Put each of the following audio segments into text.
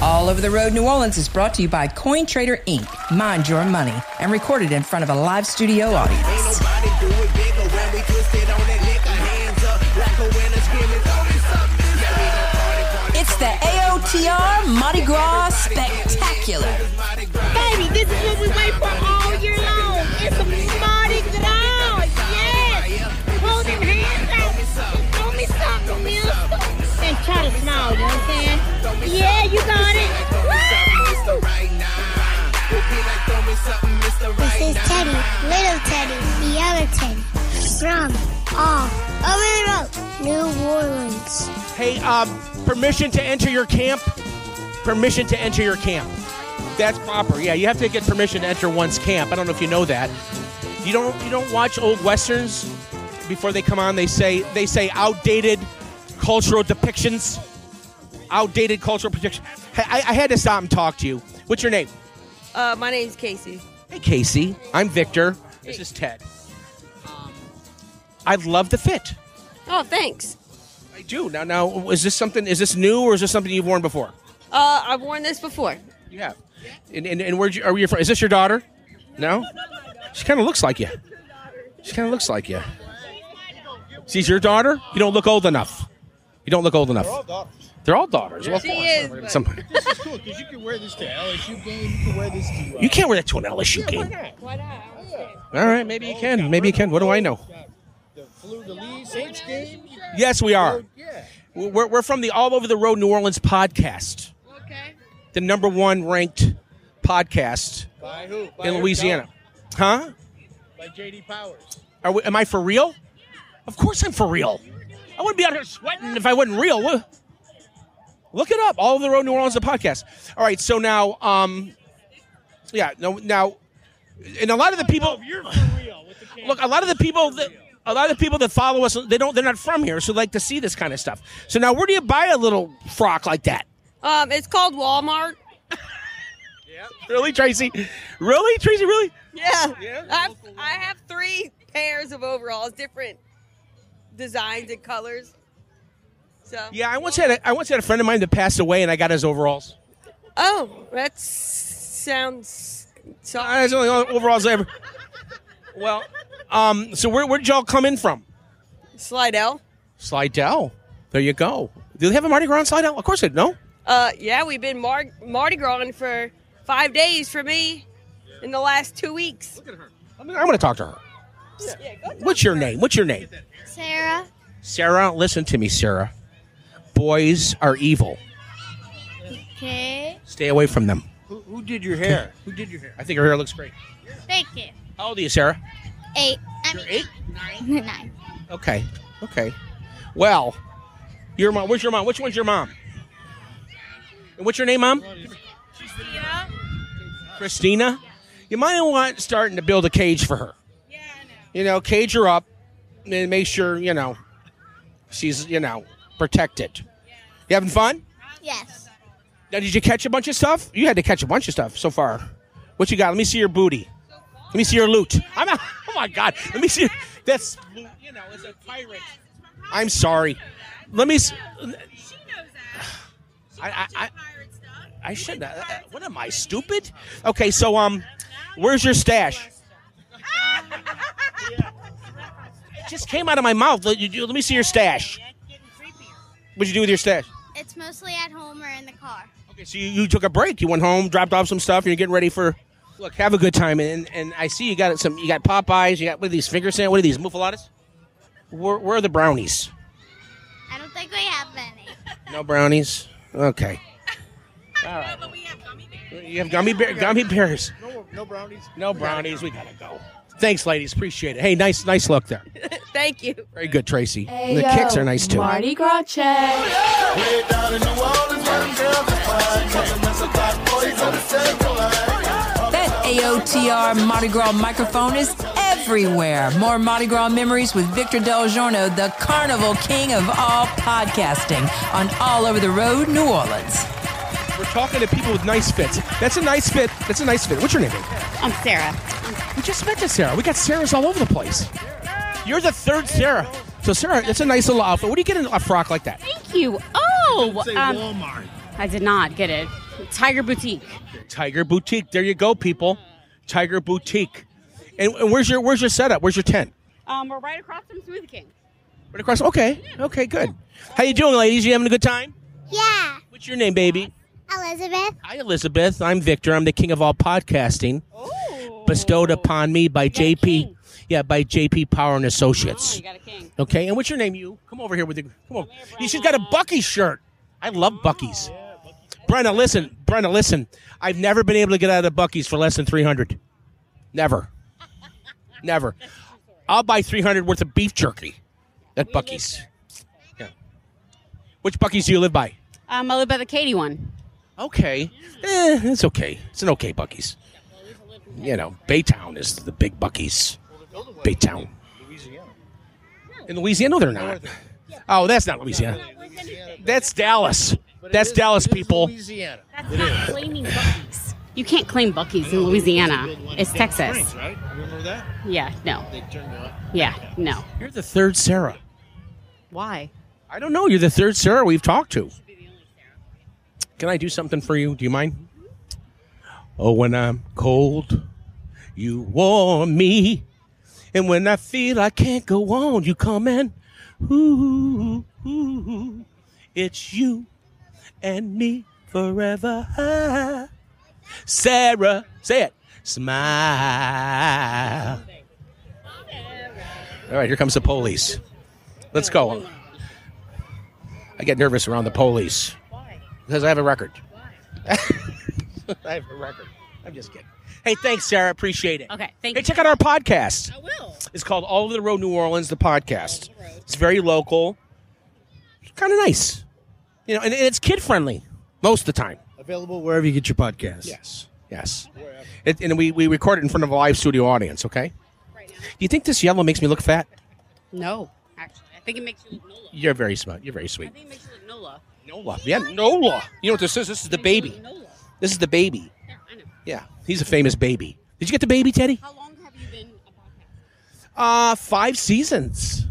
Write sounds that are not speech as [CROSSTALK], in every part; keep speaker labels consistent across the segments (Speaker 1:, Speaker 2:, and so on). Speaker 1: All Over the Road New Orleans is brought to you by CoinTrader Inc. Mind your money and recorded in front of a live studio audience.
Speaker 2: Ain't nobody do it bigger when we twisted on that liquor. Hands up, like a winner screaming, throw me something. Yeah, we gon' party, party.
Speaker 1: It's the AOTR Mardi Gras Spectacular.
Speaker 2: Mardi Gras.
Speaker 3: Baby, this is what we wait for all year long. It's a Mardi Gras. Yes. Hold them hands out. Just Throw me something, mister. And try to smile, you know what I'm saying? Yeah, you got it. Woo!
Speaker 2: Right now. We'll be like, throw me something, Mr. Right
Speaker 4: This is
Speaker 2: now.
Speaker 4: Teddy, little Teddy, the other Teddy, from all over the road, New Orleans.
Speaker 5: Hey, um, permission to enter your camp? Permission to enter your camp. That's proper. Yeah, you have to get permission to enter one's camp. I don't know if you know that. You don't you don't watch old westerns before they come on they say they say outdated cultural depictions. Outdated cultural depictions. Hey, I, I had to stop and talk to you. What's your name?
Speaker 6: Uh, my name's Casey.
Speaker 5: Hey Casey. I'm Victor. This is Ted. Um, I love the fit.
Speaker 6: Oh, thanks.
Speaker 5: I do. Now now is this something is this new or is this something you've worn before?
Speaker 6: Uh, I've worn this before.
Speaker 5: You have. And, and, and where'd you, are you from? Is this your daughter? No? She kind of looks like you. She kind of looks like you. She's your daughter? You don't look old enough. You don't look old enough. They're all daughters. They're all daughters. Well, of
Speaker 6: She
Speaker 5: course.
Speaker 6: is, but-
Speaker 5: Some-
Speaker 7: cool because you can wear this to LSU game. You can wear this to. Uh,
Speaker 5: you can't wear that to an LSU game.
Speaker 6: Why not?
Speaker 5: All right, maybe you can. Maybe you can. What do I know?
Speaker 7: the flu the Lee Saints game. You can-
Speaker 5: Yes, we are.
Speaker 7: Yeah.
Speaker 5: We're, we're from the All Over the Road New Orleans podcast,
Speaker 6: Okay.
Speaker 5: the number one ranked podcast
Speaker 7: By who? By
Speaker 5: in
Speaker 7: Herb
Speaker 5: Louisiana. Huh?
Speaker 7: Jones? By JD Powers.
Speaker 5: Are we, am I for real? Of course I'm for real. I wouldn't be out here sweating if I wasn't real. Wha- Look it up. All of the Road New Orleans the podcast. All right, so now, um, yeah, no, now, and a lot of the people. Look, a lot of the people that a lot of the people that follow us, they don't, they're not from here, so they like to see this kind of stuff. So now, where do you buy a little frock like that?
Speaker 6: Um, it's called Walmart.
Speaker 5: Really, Tracy? Really, Tracy? Really?
Speaker 6: Yeah. I've, I have three pairs of overalls, different designs and colors. So.
Speaker 5: Yeah, I once had a, I once had a friend of mine that passed away, and I got his overalls.
Speaker 6: Oh, that sounds. So
Speaker 5: Uh, That's the only overalls I ever. Well, um, so where where did y'all come in from?
Speaker 6: Slidell.
Speaker 5: Slidell. There you go. Do they have a Mardi Gras in Slidell? Of course they do. No.
Speaker 6: Uh, yeah, we've been Mar- Mardi Gras for five days for me in the last two weeks.
Speaker 5: I mean, I'm going to talk to her.
Speaker 6: Yeah, go
Speaker 5: What's your name? What's your name?
Speaker 4: Sarah,
Speaker 5: Sarah. Listen to me, Sarah. Boys are evil.
Speaker 4: okay,
Speaker 5: Stay away from them.
Speaker 7: Who, who did your
Speaker 5: [LAUGHS]
Speaker 7: hair? Who did your hair?
Speaker 5: I think her hair looks great.
Speaker 4: Bacon.
Speaker 5: How old are you, Sarah?
Speaker 4: Eight. I mean,
Speaker 5: You're eight.
Speaker 4: Nine. Nine.
Speaker 5: Okay. Okay. Well, your mom. Where's your mom? Which one's your mom? And what's your name, mom?
Speaker 6: Christina.
Speaker 5: Christina, you might want starting to build a cage for her.
Speaker 6: Yeah, I know.
Speaker 5: You know, cage her up and make sure, you know, she's, you know, protected. You having fun?
Speaker 4: Yes.
Speaker 5: Now, did you catch a bunch of stuff? You had to catch a bunch of stuff so far. What you got? Let me see your booty. Let me see your loot. I'm not, [LAUGHS] oh my God. Let me see. That's, you know, it's a pirate. I'm sorry. Let me. s- I, I, I, I shouldn't. uh, uh, What am I, stupid? Okay, so, um, where's your stash? It just came out of my mouth. Let, you, let me see your stash. What'd you do with your stash?
Speaker 4: It's mostly at home or in the car.
Speaker 5: Okay, so you, you took a break. You went home, dropped off some stuff, and you're getting ready for. Look, have a good time, and and I see you got some. You got Popeyes. You got what are these finger sand? What are these muffaladas? Where, where are the brownies?
Speaker 4: I don't think we have any.
Speaker 5: No brownies. Okay. All right. You have gummy bear, gummy bears.
Speaker 7: No, no brownies.
Speaker 5: No brownies. We gotta go. Thanks, ladies. Appreciate it. Hey, nice, nice look there.
Speaker 6: Thank you.
Speaker 5: Very good, Tracy. the kicks are nice too.
Speaker 8: Mardi Gras check.
Speaker 2: Way down in New Orleans, where them girls are fine. Cousin Russell got boys on the second line.
Speaker 1: That AOTR Mardi Gras microphone is everywhere. More Mardi Gras memories with Victor Del Giorno, the carnival king of all podcasting, on All Over the Road, New Orleans.
Speaker 5: We're talking to people with nice fits. That's a nice fit. That's a nice fit. What's your name?
Speaker 3: I'm Sarah.
Speaker 5: We just met to Sarah. We got Sarahs all over the place. You're the third Sarah. So Sarah, that's a nice little outfit. What do you get in a frock like that?
Speaker 3: Thank you. Oh,
Speaker 7: Say
Speaker 3: um,
Speaker 7: Walmart.
Speaker 3: I did not get it.
Speaker 8: Tiger Boutique.
Speaker 5: Tiger Boutique. There you go, people. Tiger Boutique. And, and where's your where's your setup? Where's your tent?
Speaker 8: Um, we're right across from Smoothie King.
Speaker 5: Right across. Okay. Okay. Good. How you doing, ladies? You having a good time?
Speaker 4: Yeah.
Speaker 5: What's your name, baby?
Speaker 4: Elizabeth.
Speaker 5: Hi, Elizabeth. I'm Victor. I'm the king of all podcasting,
Speaker 8: Oh,
Speaker 5: bestowed upon me by JP.
Speaker 8: king.
Speaker 5: Yeah, by JP Power and
Speaker 8: Oh,
Speaker 5: Associates.
Speaker 8: you got a king.
Speaker 5: Okay, and what's your name? You come over here with the come on. You she's got a Bucky shirt. I love Bucky's. Brenna, listen, Brenna, listen. I've never been able to get out of Bucky's for less than three hundred. Never, never. I'll buy three hundred worth of beef jerky at Bucky's. Yeah. Which Bucky's do you live by?
Speaker 8: Um, I live by the Katie one.
Speaker 5: Okay, eh, it's okay. It's an okay Bucky's. You know, Baytown is the big Bucky's. Baytown
Speaker 7: Louisiana.
Speaker 5: in Louisiana? No, they're not. Oh, that's not Louisiana. That's Dallas.
Speaker 7: But it
Speaker 5: That's
Speaker 7: is-
Speaker 5: Dallas,
Speaker 7: it is
Speaker 5: people.
Speaker 7: Louisiana.
Speaker 8: That's not claiming Bucky's. You can't claim Bucky's in Louisiana. It's Texas.
Speaker 7: Springs, right? Remember that?
Speaker 8: Yeah, no.
Speaker 7: They turned it on.
Speaker 8: Yeah, no.
Speaker 5: You're the third Sarah.
Speaker 8: Why?
Speaker 5: I don't know. You're the third Sarah we've talked to. Can I do something for you? Do you mind? Oh, when I'm cold, you warm me. And when I feel I can't go on, you come and ooh, ooh, it's you and me forever. Sarah, say it. Smile. All right, here comes the police. Let's go. I get nervous around the police. Because I have a [LAUGHS] record. I have a record. I'm just kidding. Hey, thanks, Sarah. Appreciate it.
Speaker 8: Okay, thank
Speaker 5: Hey,
Speaker 8: you.
Speaker 5: check out our podcast.
Speaker 8: I will.
Speaker 5: It's called All Over the Road New Orleans, the podcast. It's very local. It's kind of nice. You know, and, and it's kid friendly most of the time.
Speaker 7: Available wherever you get your podcast.
Speaker 5: Yes. Yes. It, and we, we record it in front of a live studio audience, okay? Do you think this yellow makes me look fat?
Speaker 8: No, actually. I think it makes you look Nola.
Speaker 5: You're very smart. You're very
Speaker 8: I
Speaker 5: sweet.
Speaker 8: think it makes you look Nola.
Speaker 5: Nola. Yeah, Nola. You know what this is? This is the baby.
Speaker 8: Nola.
Speaker 5: This is the baby.
Speaker 8: Yeah, I know.
Speaker 5: Yeah, he's a famous baby. Did you get the baby, Teddy?
Speaker 8: How long have you been a podcast?
Speaker 5: Uh, five seasons.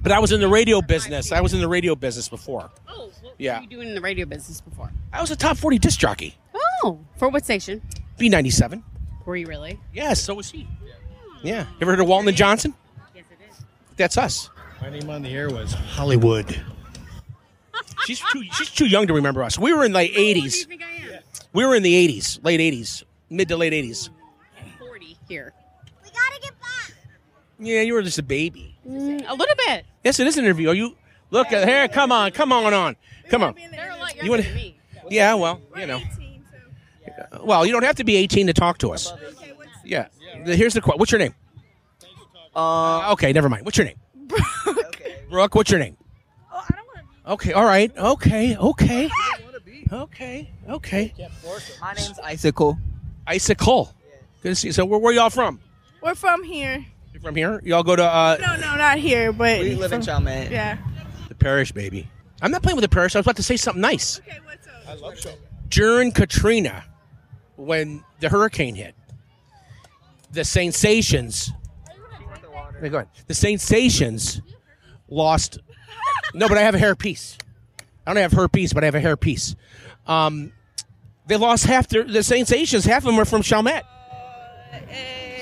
Speaker 5: But I was in the radio business. I was in the radio business before.
Speaker 8: Oh, what
Speaker 5: Yeah.
Speaker 8: were you doing in the radio business before?
Speaker 5: I was a top 40 disc jockey.
Speaker 8: Oh, for what station?
Speaker 5: B97.
Speaker 8: Were you really?
Speaker 5: Yeah, so was he. Yeah. You ever heard of Walton and Johnson?
Speaker 8: Yes, it is.
Speaker 5: That's us.
Speaker 7: My name on the air was Hollywood.
Speaker 5: She's too, she's too young to remember us. We were in the
Speaker 8: Who do you
Speaker 5: 80s.
Speaker 8: think I am?
Speaker 5: We were in the 80s, late 80s, mid to late 80s.
Speaker 8: 40 here.
Speaker 4: We gotta get back.
Speaker 5: Yeah, you were just a baby.
Speaker 8: Mm, a little bit.
Speaker 5: Yes, it is an interview. Are you? Look at here. Come on. Come on. on. Come on.
Speaker 8: They're a lot
Speaker 5: You wanna-
Speaker 8: younger than me.
Speaker 5: Yeah, well, you know. Uh, Well, you don't have to be 18 to talk to us. Yeah. The- Here's the question. What's your name? Uh, okay, never mind. What's your name? Brooke. Brooke, what's your name? Oh, I don't want to. Okay, all right. Okay, okay. Okay, okay.
Speaker 9: My name's Icicle.
Speaker 5: Icicle. Good to see you. So, where, where y'all from?
Speaker 10: We're from here.
Speaker 5: You from here? Y'all go to uh,
Speaker 10: No, no, not here, but
Speaker 9: We live in Chalmette.
Speaker 10: yeah.
Speaker 5: the parish, baby. I'm not playing with the parish. I was about to say something nice.
Speaker 10: Okay, what's up?
Speaker 5: during Katrina, when the hurricane hit, the sensations. Hey, go ahead. The sensations lost. No, but I have a hair piece. I don't have her piece, but I have a hair piece. Um, they lost half their the sensations. Half of them are from Chalmette.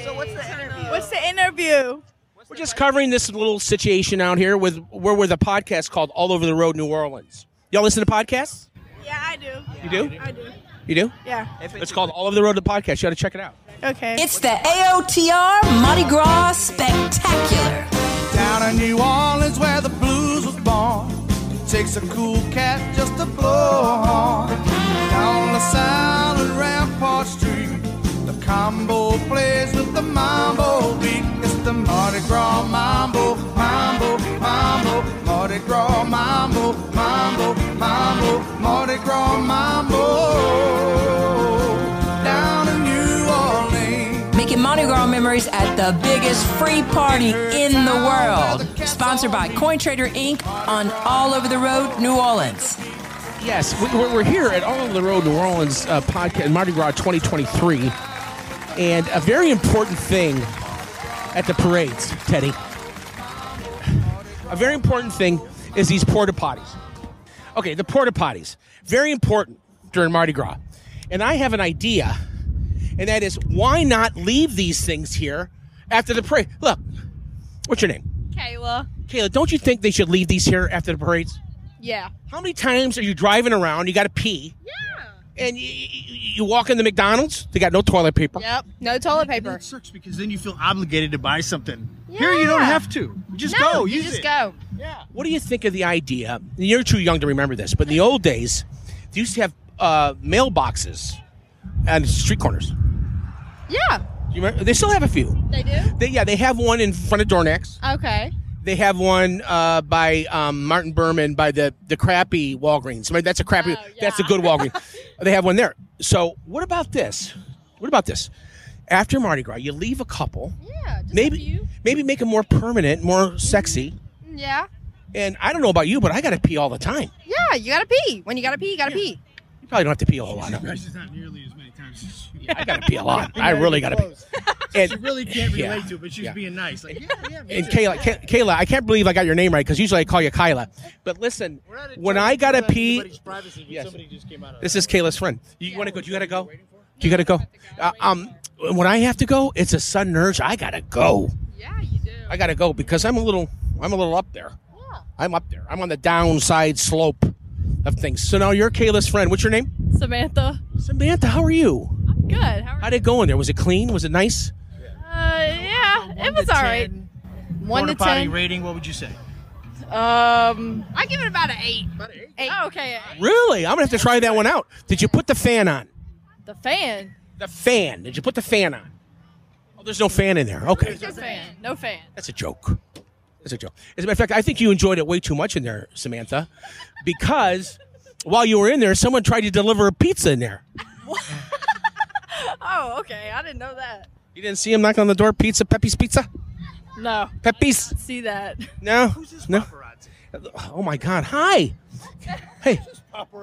Speaker 9: So what's the interview?
Speaker 10: What's the interview?
Speaker 5: We're just covering this little situation out here with where we're the podcast called All Over the Road New Orleans. Y'all listen to podcasts?
Speaker 10: Yeah, I do.
Speaker 5: You do?
Speaker 10: I do.
Speaker 5: You do?
Speaker 10: Yeah.
Speaker 9: If
Speaker 5: It's called All Over the Road the podcast. You got to check it out.
Speaker 10: Okay.
Speaker 1: It's the AOTR Mardi Gras Spectacular.
Speaker 2: Down in New Orleans where the blues was born. Takes a cool cat just to blow a horn. Down the silent Rampart Street. The combo plays with the mambo beat. It's the Mardi Gras mambo, mambo, mambo. Mardi Gras mambo, mambo, mambo. Mardi Gras mambo. Down in New Orleans.
Speaker 1: Making Mardi Gras memories at the biggest free party in the world. Sponsored by CoinTrader Inc. on All Over the Road, New Orleans.
Speaker 5: Yes, we- we're, we're here at All Over the Road New Orleans uh, podcast, Mardi Gras 2023, and a very important thing at the parades, Teddy. A very important thing is these porta potties. Okay, the porta potties, very important. during Mardi Gras. And I have an idea, and that is why not leave these things here after the parade? Look, what's your name?
Speaker 6: Kayla.
Speaker 5: Kayla, don't you think they should leave these here after the parades?
Speaker 6: Yeah.
Speaker 5: How many times are you driving around? You got to pee. Yeah. And you, you walk into McDonald's, they got no toilet paper.
Speaker 6: Yep. No toilet paper.
Speaker 7: It sucks because then you feel obligated to buy something. Here you don't have to. You just
Speaker 6: No,
Speaker 7: go.
Speaker 6: you
Speaker 7: Use
Speaker 6: just
Speaker 7: it.
Speaker 6: go.
Speaker 5: What do you think of the idea? You're too young to remember this, but in the old days, they used to have uh, mailboxes on street corners.
Speaker 6: Yeah.
Speaker 5: You remember? They still have a few.
Speaker 6: They do?
Speaker 5: They, yeah, they have one in front of Dornex.
Speaker 6: Okay.
Speaker 5: They have one uh, by um, Martin Berman by the the crappy Walgreens. I mean, that's a crappy.
Speaker 7: Oh,
Speaker 5: That's a
Speaker 7: [LAUGHS]
Speaker 5: good Walgreens. they have one there. So what about this? What about this? After Mardi Gras, you leave a couple.
Speaker 6: Yeah. Just
Speaker 5: maybe maybe make it more permanent, more sexy.
Speaker 7: Mm-hmm.
Speaker 6: Yeah.
Speaker 5: And I don't know about you, but I got to pee all the time.
Speaker 6: Yeah. You gotta pee. When you gotta pee, you gotta pee.
Speaker 5: You probably don't have to pee a whole lot. Of
Speaker 7: It's not nearly as many times as you.
Speaker 5: I gotta pee a
Speaker 7: [LAUGHS]
Speaker 5: lot. I really gotta pee.
Speaker 7: pee. She really can't
Speaker 5: yeah,
Speaker 7: relate to it, but she's
Speaker 5: yeah.
Speaker 7: being nice. Like, yeah, yeah, me
Speaker 5: And
Speaker 7: too.
Speaker 5: Kayla, Kay- Kayla, I can't believe I got your name right because usually I call you Kyla. But listen, when I gotta pee,
Speaker 7: Anybody's privacy, but somebody just came out of
Speaker 5: This is Kayla's friend. You want to go? Do you gotta go? Do you gotta go? Uh, um, when I have to go, it's a sudden urge. I gotta go.
Speaker 6: Yeah, you do.
Speaker 5: I gotta go because I'm a little, I'm a little up there. I'm up there. I'm on the downside slope of things. So now you're Kayla's friend. What's your name?
Speaker 11: Samantha.
Speaker 5: Samantha. How are you?
Speaker 11: Good. How are
Speaker 5: How'd it go in there? Was it clean? Was it nice?
Speaker 11: Uh, yeah, it was all right. One
Speaker 7: Porta
Speaker 11: to
Speaker 7: potty
Speaker 11: ten.
Speaker 7: rating, what would you say?
Speaker 11: Um,
Speaker 6: I give it about an eight.
Speaker 11: eight. okay.
Speaker 5: Really? I'm gonna have to try that one out. Did you put the fan on?
Speaker 11: The fan.
Speaker 5: The fan. Did you put the fan on? Oh, there's no fan in there. Okay.
Speaker 11: Just fan. No fan.
Speaker 5: That's a joke. That's a joke. As a matter of fact, I think you enjoyed it way too much in there, Samantha, because while you were in there, someone tried to deliver a pizza in there.
Speaker 11: Oh, okay. I didn't know that.
Speaker 5: You didn't see him knocking on the door, pizza, Pepe's Pizza?
Speaker 11: No.
Speaker 5: Pepe's?
Speaker 11: See
Speaker 6: [LAUGHS]
Speaker 11: that?
Speaker 5: No. Who's this no. Oh my God. Hi. Hey.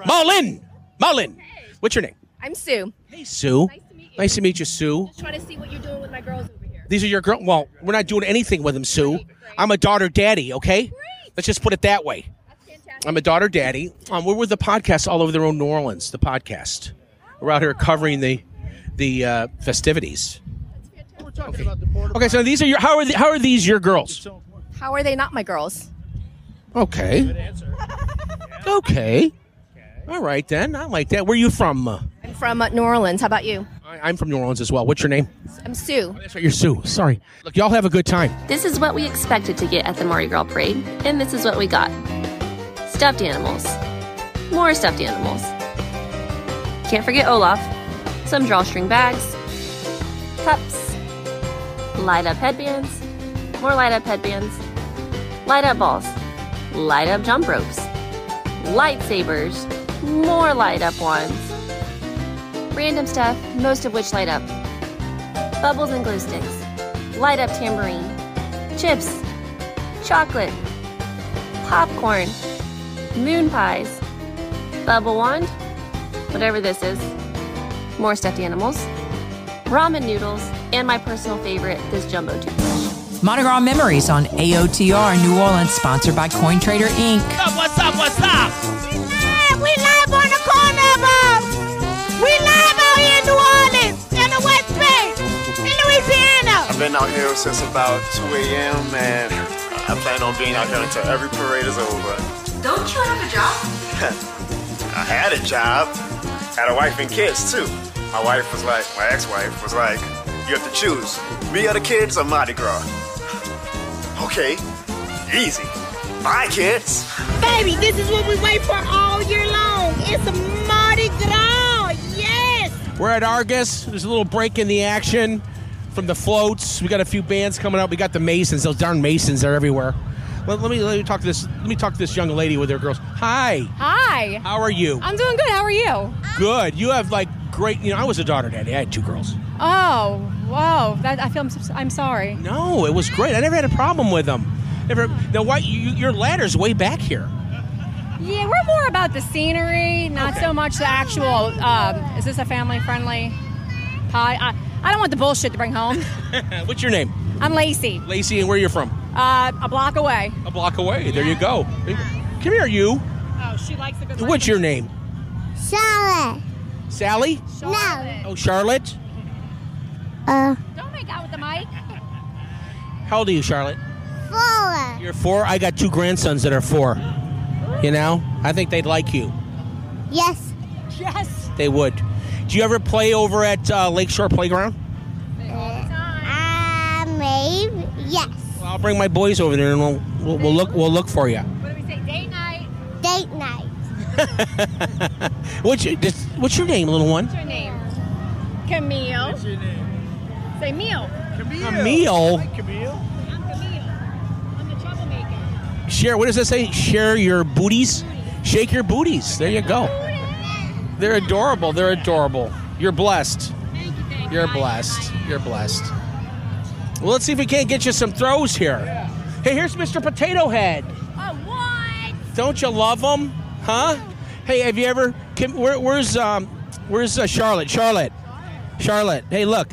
Speaker 5: Marlin. Marlin. What's your name?
Speaker 12: I'm Sue.
Speaker 5: Hey, Sue. Nice to meet you. Sue.
Speaker 12: Just trying to see what you're doing with my girls over here.
Speaker 5: These are your girl. Well, we're not doing anything with them, Sue. I'm a daughter daddy, okay? Let's just put it that way. I'm a daughter daddy. Um, we're with the podcast all over their own New Orleans, the podcast. We're out here covering the the uh, festivities.
Speaker 7: We're talking about the porta
Speaker 5: Okay, so these are your how are the, how are these your girls?
Speaker 12: How are they not my girls?
Speaker 5: Okay. [LAUGHS] Okay. All right then. I like that. Where are you from? Uh,
Speaker 12: I'm from uh, New Orleans. How about you?
Speaker 5: I- I'm from New Orleans as well. What's your name? Oh,
Speaker 12: I'm Sue.
Speaker 5: That's right, you're Sue. Sorry. Look, y'all have a good time.
Speaker 13: This is what we expected to get at the Mardi Gras parade, and this is what we got stuffed animals, more stuffed animals. Can't forget Olaf, some drawstring bags, cups, light up headbands, more light up headbands, light up balls, light up jump ropes, lightsabers, more light up ones, random stuff, most of which light up, bubbles and glue sticks light up tambourine, chips, chocolate, popcorn, moon pies, bubble wand, whatever this is, more stuffed animals, ramen noodles, and my personal favorite, this jumbo toothbrush.
Speaker 1: Mardi Gras memories on AOTR New Orleans, sponsored by Coin Trader Inc.
Speaker 5: What's up? What's up?
Speaker 14: Eh,
Speaker 3: We live on the corner of us. We live out here in New Orleans, in the West Bay, in Louisiana.
Speaker 15: I've been out here since about 2 a.m. and I plan on being out here until every parade is over.
Speaker 3: Don't you have a job?
Speaker 15: [LAUGHS] I had a job, had a wife and kids too. My wife was like, my ex-wife was like, you have to choose me or the kids or Mardi Gras. Okay, easy. My kids.
Speaker 3: Baby, this is what we wait for all year long. It's a Mardi Gras. Yes.
Speaker 5: We're at Argus. There's a little break in the action from the floats. We got a few bands coming up. We got the Masons. Those darn Masons are everywhere. Let, let me let me talk to this. Let me talk to this young lady with her girls. Hi.
Speaker 14: Hi.
Speaker 5: How are you?
Speaker 14: I'm doing good. How are you?
Speaker 5: Good. You have like great. You know, I was a daughter daddy. I had two girls.
Speaker 14: Oh, whoa. That I feel I'm, so- I'm sorry.
Speaker 5: No, it was great. I never had a problem with them. Never. Now, why you, your ladder's way back here?
Speaker 14: Yeah, we're more about the scenery, not so much the actual. Um, is this a family friendly pie? I, I don't want the bullshit to bring home.
Speaker 5: Uh, What's your name?
Speaker 14: I'm Lacey,
Speaker 5: Lacey, and where you're from?
Speaker 14: uh, a block away.
Speaker 5: A block away. There you go. Come here, you.
Speaker 14: Oh, she likes the good.
Speaker 5: What's your name?
Speaker 4: Salad.
Speaker 5: Sally?
Speaker 4: No.
Speaker 5: Oh, Charlotte?
Speaker 4: Uh,
Speaker 14: Don't make out with the mic.
Speaker 5: How old are you, Charlotte?
Speaker 4: Four.
Speaker 5: You're four? I got two grandsons that are four. You know? I think they'd like you.
Speaker 4: Yes.
Speaker 14: Yes.
Speaker 5: They would. Do you ever play over at uh, Lakeshore Playground?
Speaker 4: Uh, maybe. Yes.
Speaker 5: Well, I'll bring my boys over there and we'll, we'll, we'll look we'll look for you.
Speaker 14: What do we say? Date night.
Speaker 4: Date night.
Speaker 5: what's, your, this, what's your name, little one?
Speaker 14: What's your name? Camille. What's your name? Say Meal. Camille.
Speaker 5: Camille? Hi,
Speaker 14: Camille. I'm Camille. I'm the troublemaker.
Speaker 5: Share. What does that say? Share your booties. Shake your booties. There you go. They're adorable. They're adorable. You're blessed. You're blessed. You're blessed. Well, let's see if we can't get you some throws here. Hey, here's Mr. Potato Head.
Speaker 14: Oh, what?
Speaker 5: Don't you love him? Huh? Hey, have you ever? Kim, where, where's um, where's uh, Charlotte? Charlotte. Charlotte. Hey, look.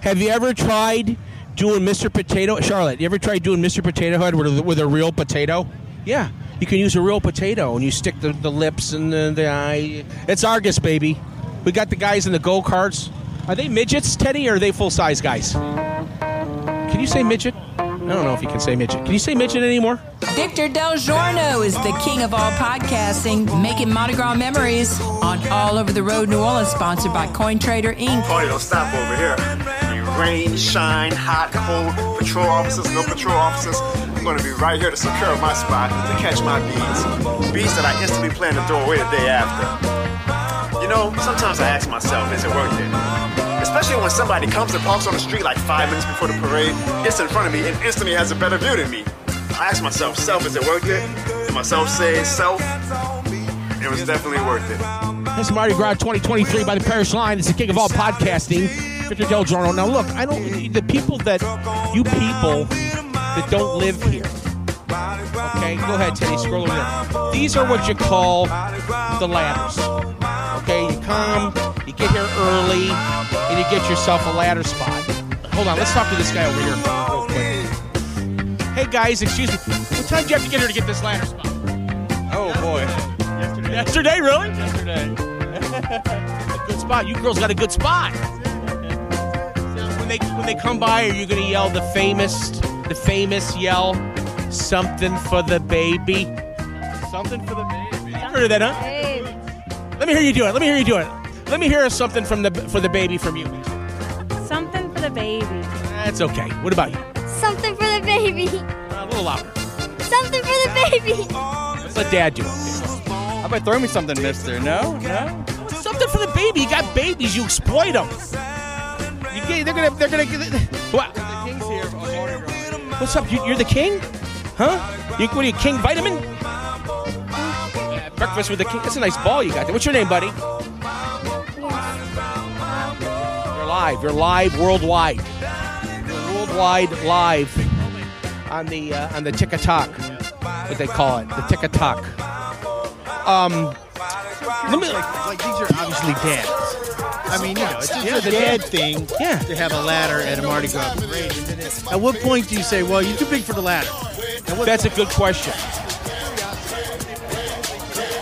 Speaker 5: Have you ever tried doing Mr. Potato? Charlotte, you ever tried doing Mr. Potato Head with, a- with a real potato? Yeah. You can use a real potato and you stick the, the lips and the, the eye. It's Argus, baby. We got the guys in the go karts. Are they midgets, Teddy, or are they full size guys? Can you say midget? I don't know if you can say midget. Can you say midget anymore?
Speaker 1: Victor Del Giorno is the king of all podcasting, making Mardi Gras memories on All Over the Road New Orleans, sponsored by CoinTrader Inc.
Speaker 15: Party Oh, don't stop over here. You rain, shine, hot, cold, patrol officers, no patrol officers. I'm gonna be right here to secure my spot to catch my bees. Bees that I instantly plan to throw away the day after. You know, sometimes I ask myself, is it worth it? Especially when somebody comes and parks on the street like five minutes before the parade, gets in front of me, and instantly has a better view than me. I ask myself, self, is it worth it? And myself says, self, it was definitely worth it.
Speaker 5: This is Mardi Gras 2023 by the Parish Line. It's the king of all podcasting, Victor Del Giorno. Now, look, I don't the people that you people that don't live here. Okay, go ahead, Teddy. Scroll over there. These are what you call the ladders. Okay, you come, you get here early, and you get yourself a ladder spot. Hold on, let's talk to this guy over here real quick. Hey guys, excuse me. What time do you have to get here to get this ladder spot? Oh boy. Yesterday. Yesterday, really? Yesterday. a [LAUGHS] good spot. You girls got a good spot. When they when they come by, are you gonna yell the famous the famous yell? Something for the baby. Something for the baby. Heard of that, huh? Let me hear you do it. Let me hear you do it. Let me hear something from the for the baby from you.
Speaker 16: Something for the baby.
Speaker 5: That's okay. What about you?
Speaker 4: Something for the baby.
Speaker 5: A little louder.
Speaker 4: Something for the baby.
Speaker 5: Let's let Dad do it. How about throw me something, Mister? No, no. Something for the baby. You got babies. You exploit them. You get, they're gonna. They're gonna. What? What's up? You, you're the king, huh? You, what are you, King Vitamin? Yeah, breakfast with the king. That's a nice ball you got there. What's your name, buddy? You're live. You're live worldwide. You're worldwide live on the uh, on the TikTok, what they call it, the TikTok. Um, let me like,
Speaker 7: like these are obviously dads. I mean, you know, it's just
Speaker 5: Yeah.
Speaker 7: the dad thing
Speaker 5: yeah.
Speaker 7: to have a ladder at a Mardi Gras parade. At what point do you say, well, you're too big for the ladder?
Speaker 5: That's a good question.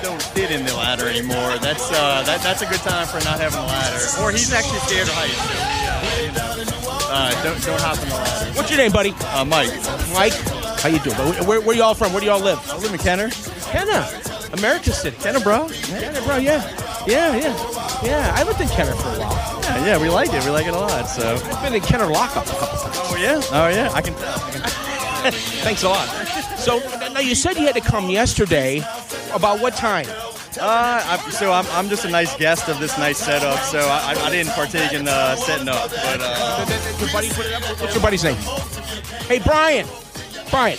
Speaker 17: don't fit in the ladder anymore. That's uh, that, that's a good time for not having a ladder. Or he's actually scared of heights. so, you know, Uh, don't don't hop in the ladder.
Speaker 5: What's your name, buddy?
Speaker 17: Uh, Mike.
Speaker 5: Mike, how you doing? Where, where, where y'all from? Where do y'all live? I live in Kenner. Kenner, America City. Kenner, bro. Kenner, bro. Yeah, yeah, yeah, yeah. I lived in Kenner for a while.
Speaker 17: Yeah, yeah, we like it. We like it a lot. So.
Speaker 5: I've been in Kenner lockup a couple times.
Speaker 17: Oh yeah. Oh yeah. I can tell. I can
Speaker 5: Thanks a lot. So now you said you had to come yesterday. About what time?
Speaker 17: Uh, I, so I'm, I'm just a nice guest of this nice setup. So I, I- I didn't partake in the setting up. But uh,
Speaker 5: Your buddy put it up. What's your buddy's name? Hey, Brian. Brian,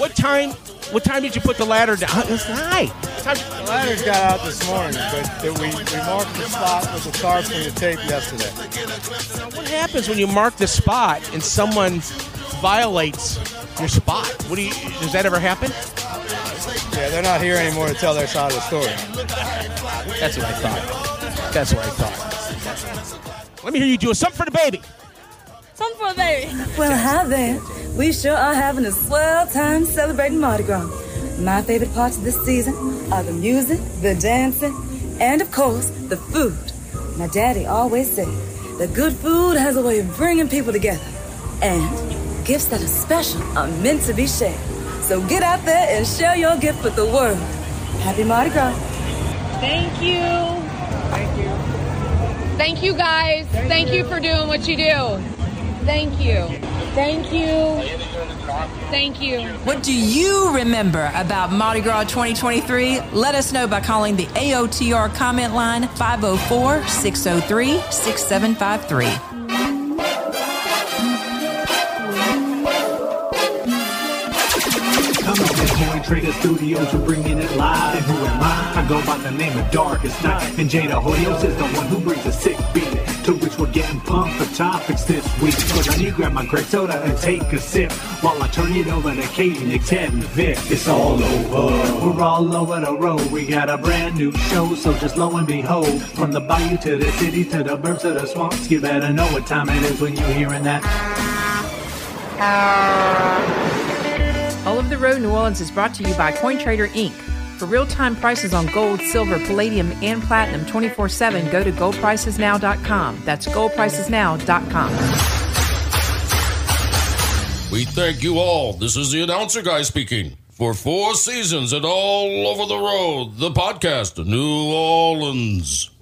Speaker 5: what time? What time did you put the ladder down? Hi.
Speaker 18: The ladders got out this morning, but we, we marked the spot with the tarp from the tape yesterday.
Speaker 5: What happens when you mark the spot and someone violates your spot? What do you? Does that ever happen?
Speaker 18: Yeah, they're not here anymore to tell their side of the story.
Speaker 5: That's what I thought. That's what I thought. Let me hear you do something for the baby.
Speaker 16: Something for the baby. Well, hi there. We sure are having a swell time
Speaker 19: Uh,
Speaker 16: celebrating Mardi Gras. My favorite parts of this season are the music, the dancing,
Speaker 19: And of course, the food. My daddy always said that good food has a way of bringing people together. And gifts that are special are meant to be shared. So get out there and share your gift with the world. Happy Mardi Gras.
Speaker 6: Thank you. Thank you. Thank you guys. Thank, you. for doing what you do. Thank you. Thank you. Thank you.
Speaker 1: What do you remember about Mardi Gras 2023? Let us know by calling the AOTR comment line 504 603 6753.
Speaker 2: Come on, it's Boy Trigger Studios, we're bringing it live. Who am I? I go by the name of Darkest Night. And Jada Hoyos is the one who brings a sick beat. To which we're getting pumped for topics this week. So now you grab my great soda and take a sip. While I turn it over to Katie, Nick, Ted, and Vic. It's all over. We're all over the road. We got a brand new show, so just lo and behold. From the bayou to the city to the burbs to the swamps. You better know what time it is when you're hearing that.
Speaker 1: All of the Road New Orleans is brought to you by CoinTrader Inc. For real-time prices on gold, silver, palladium, and platinum 24-7, go to goldpricesnow.com. That's goldpricesnow.com.
Speaker 17: We thank you all. This is the announcer guy speaking. For four seasons and all over the road, the podcast, New Orleans.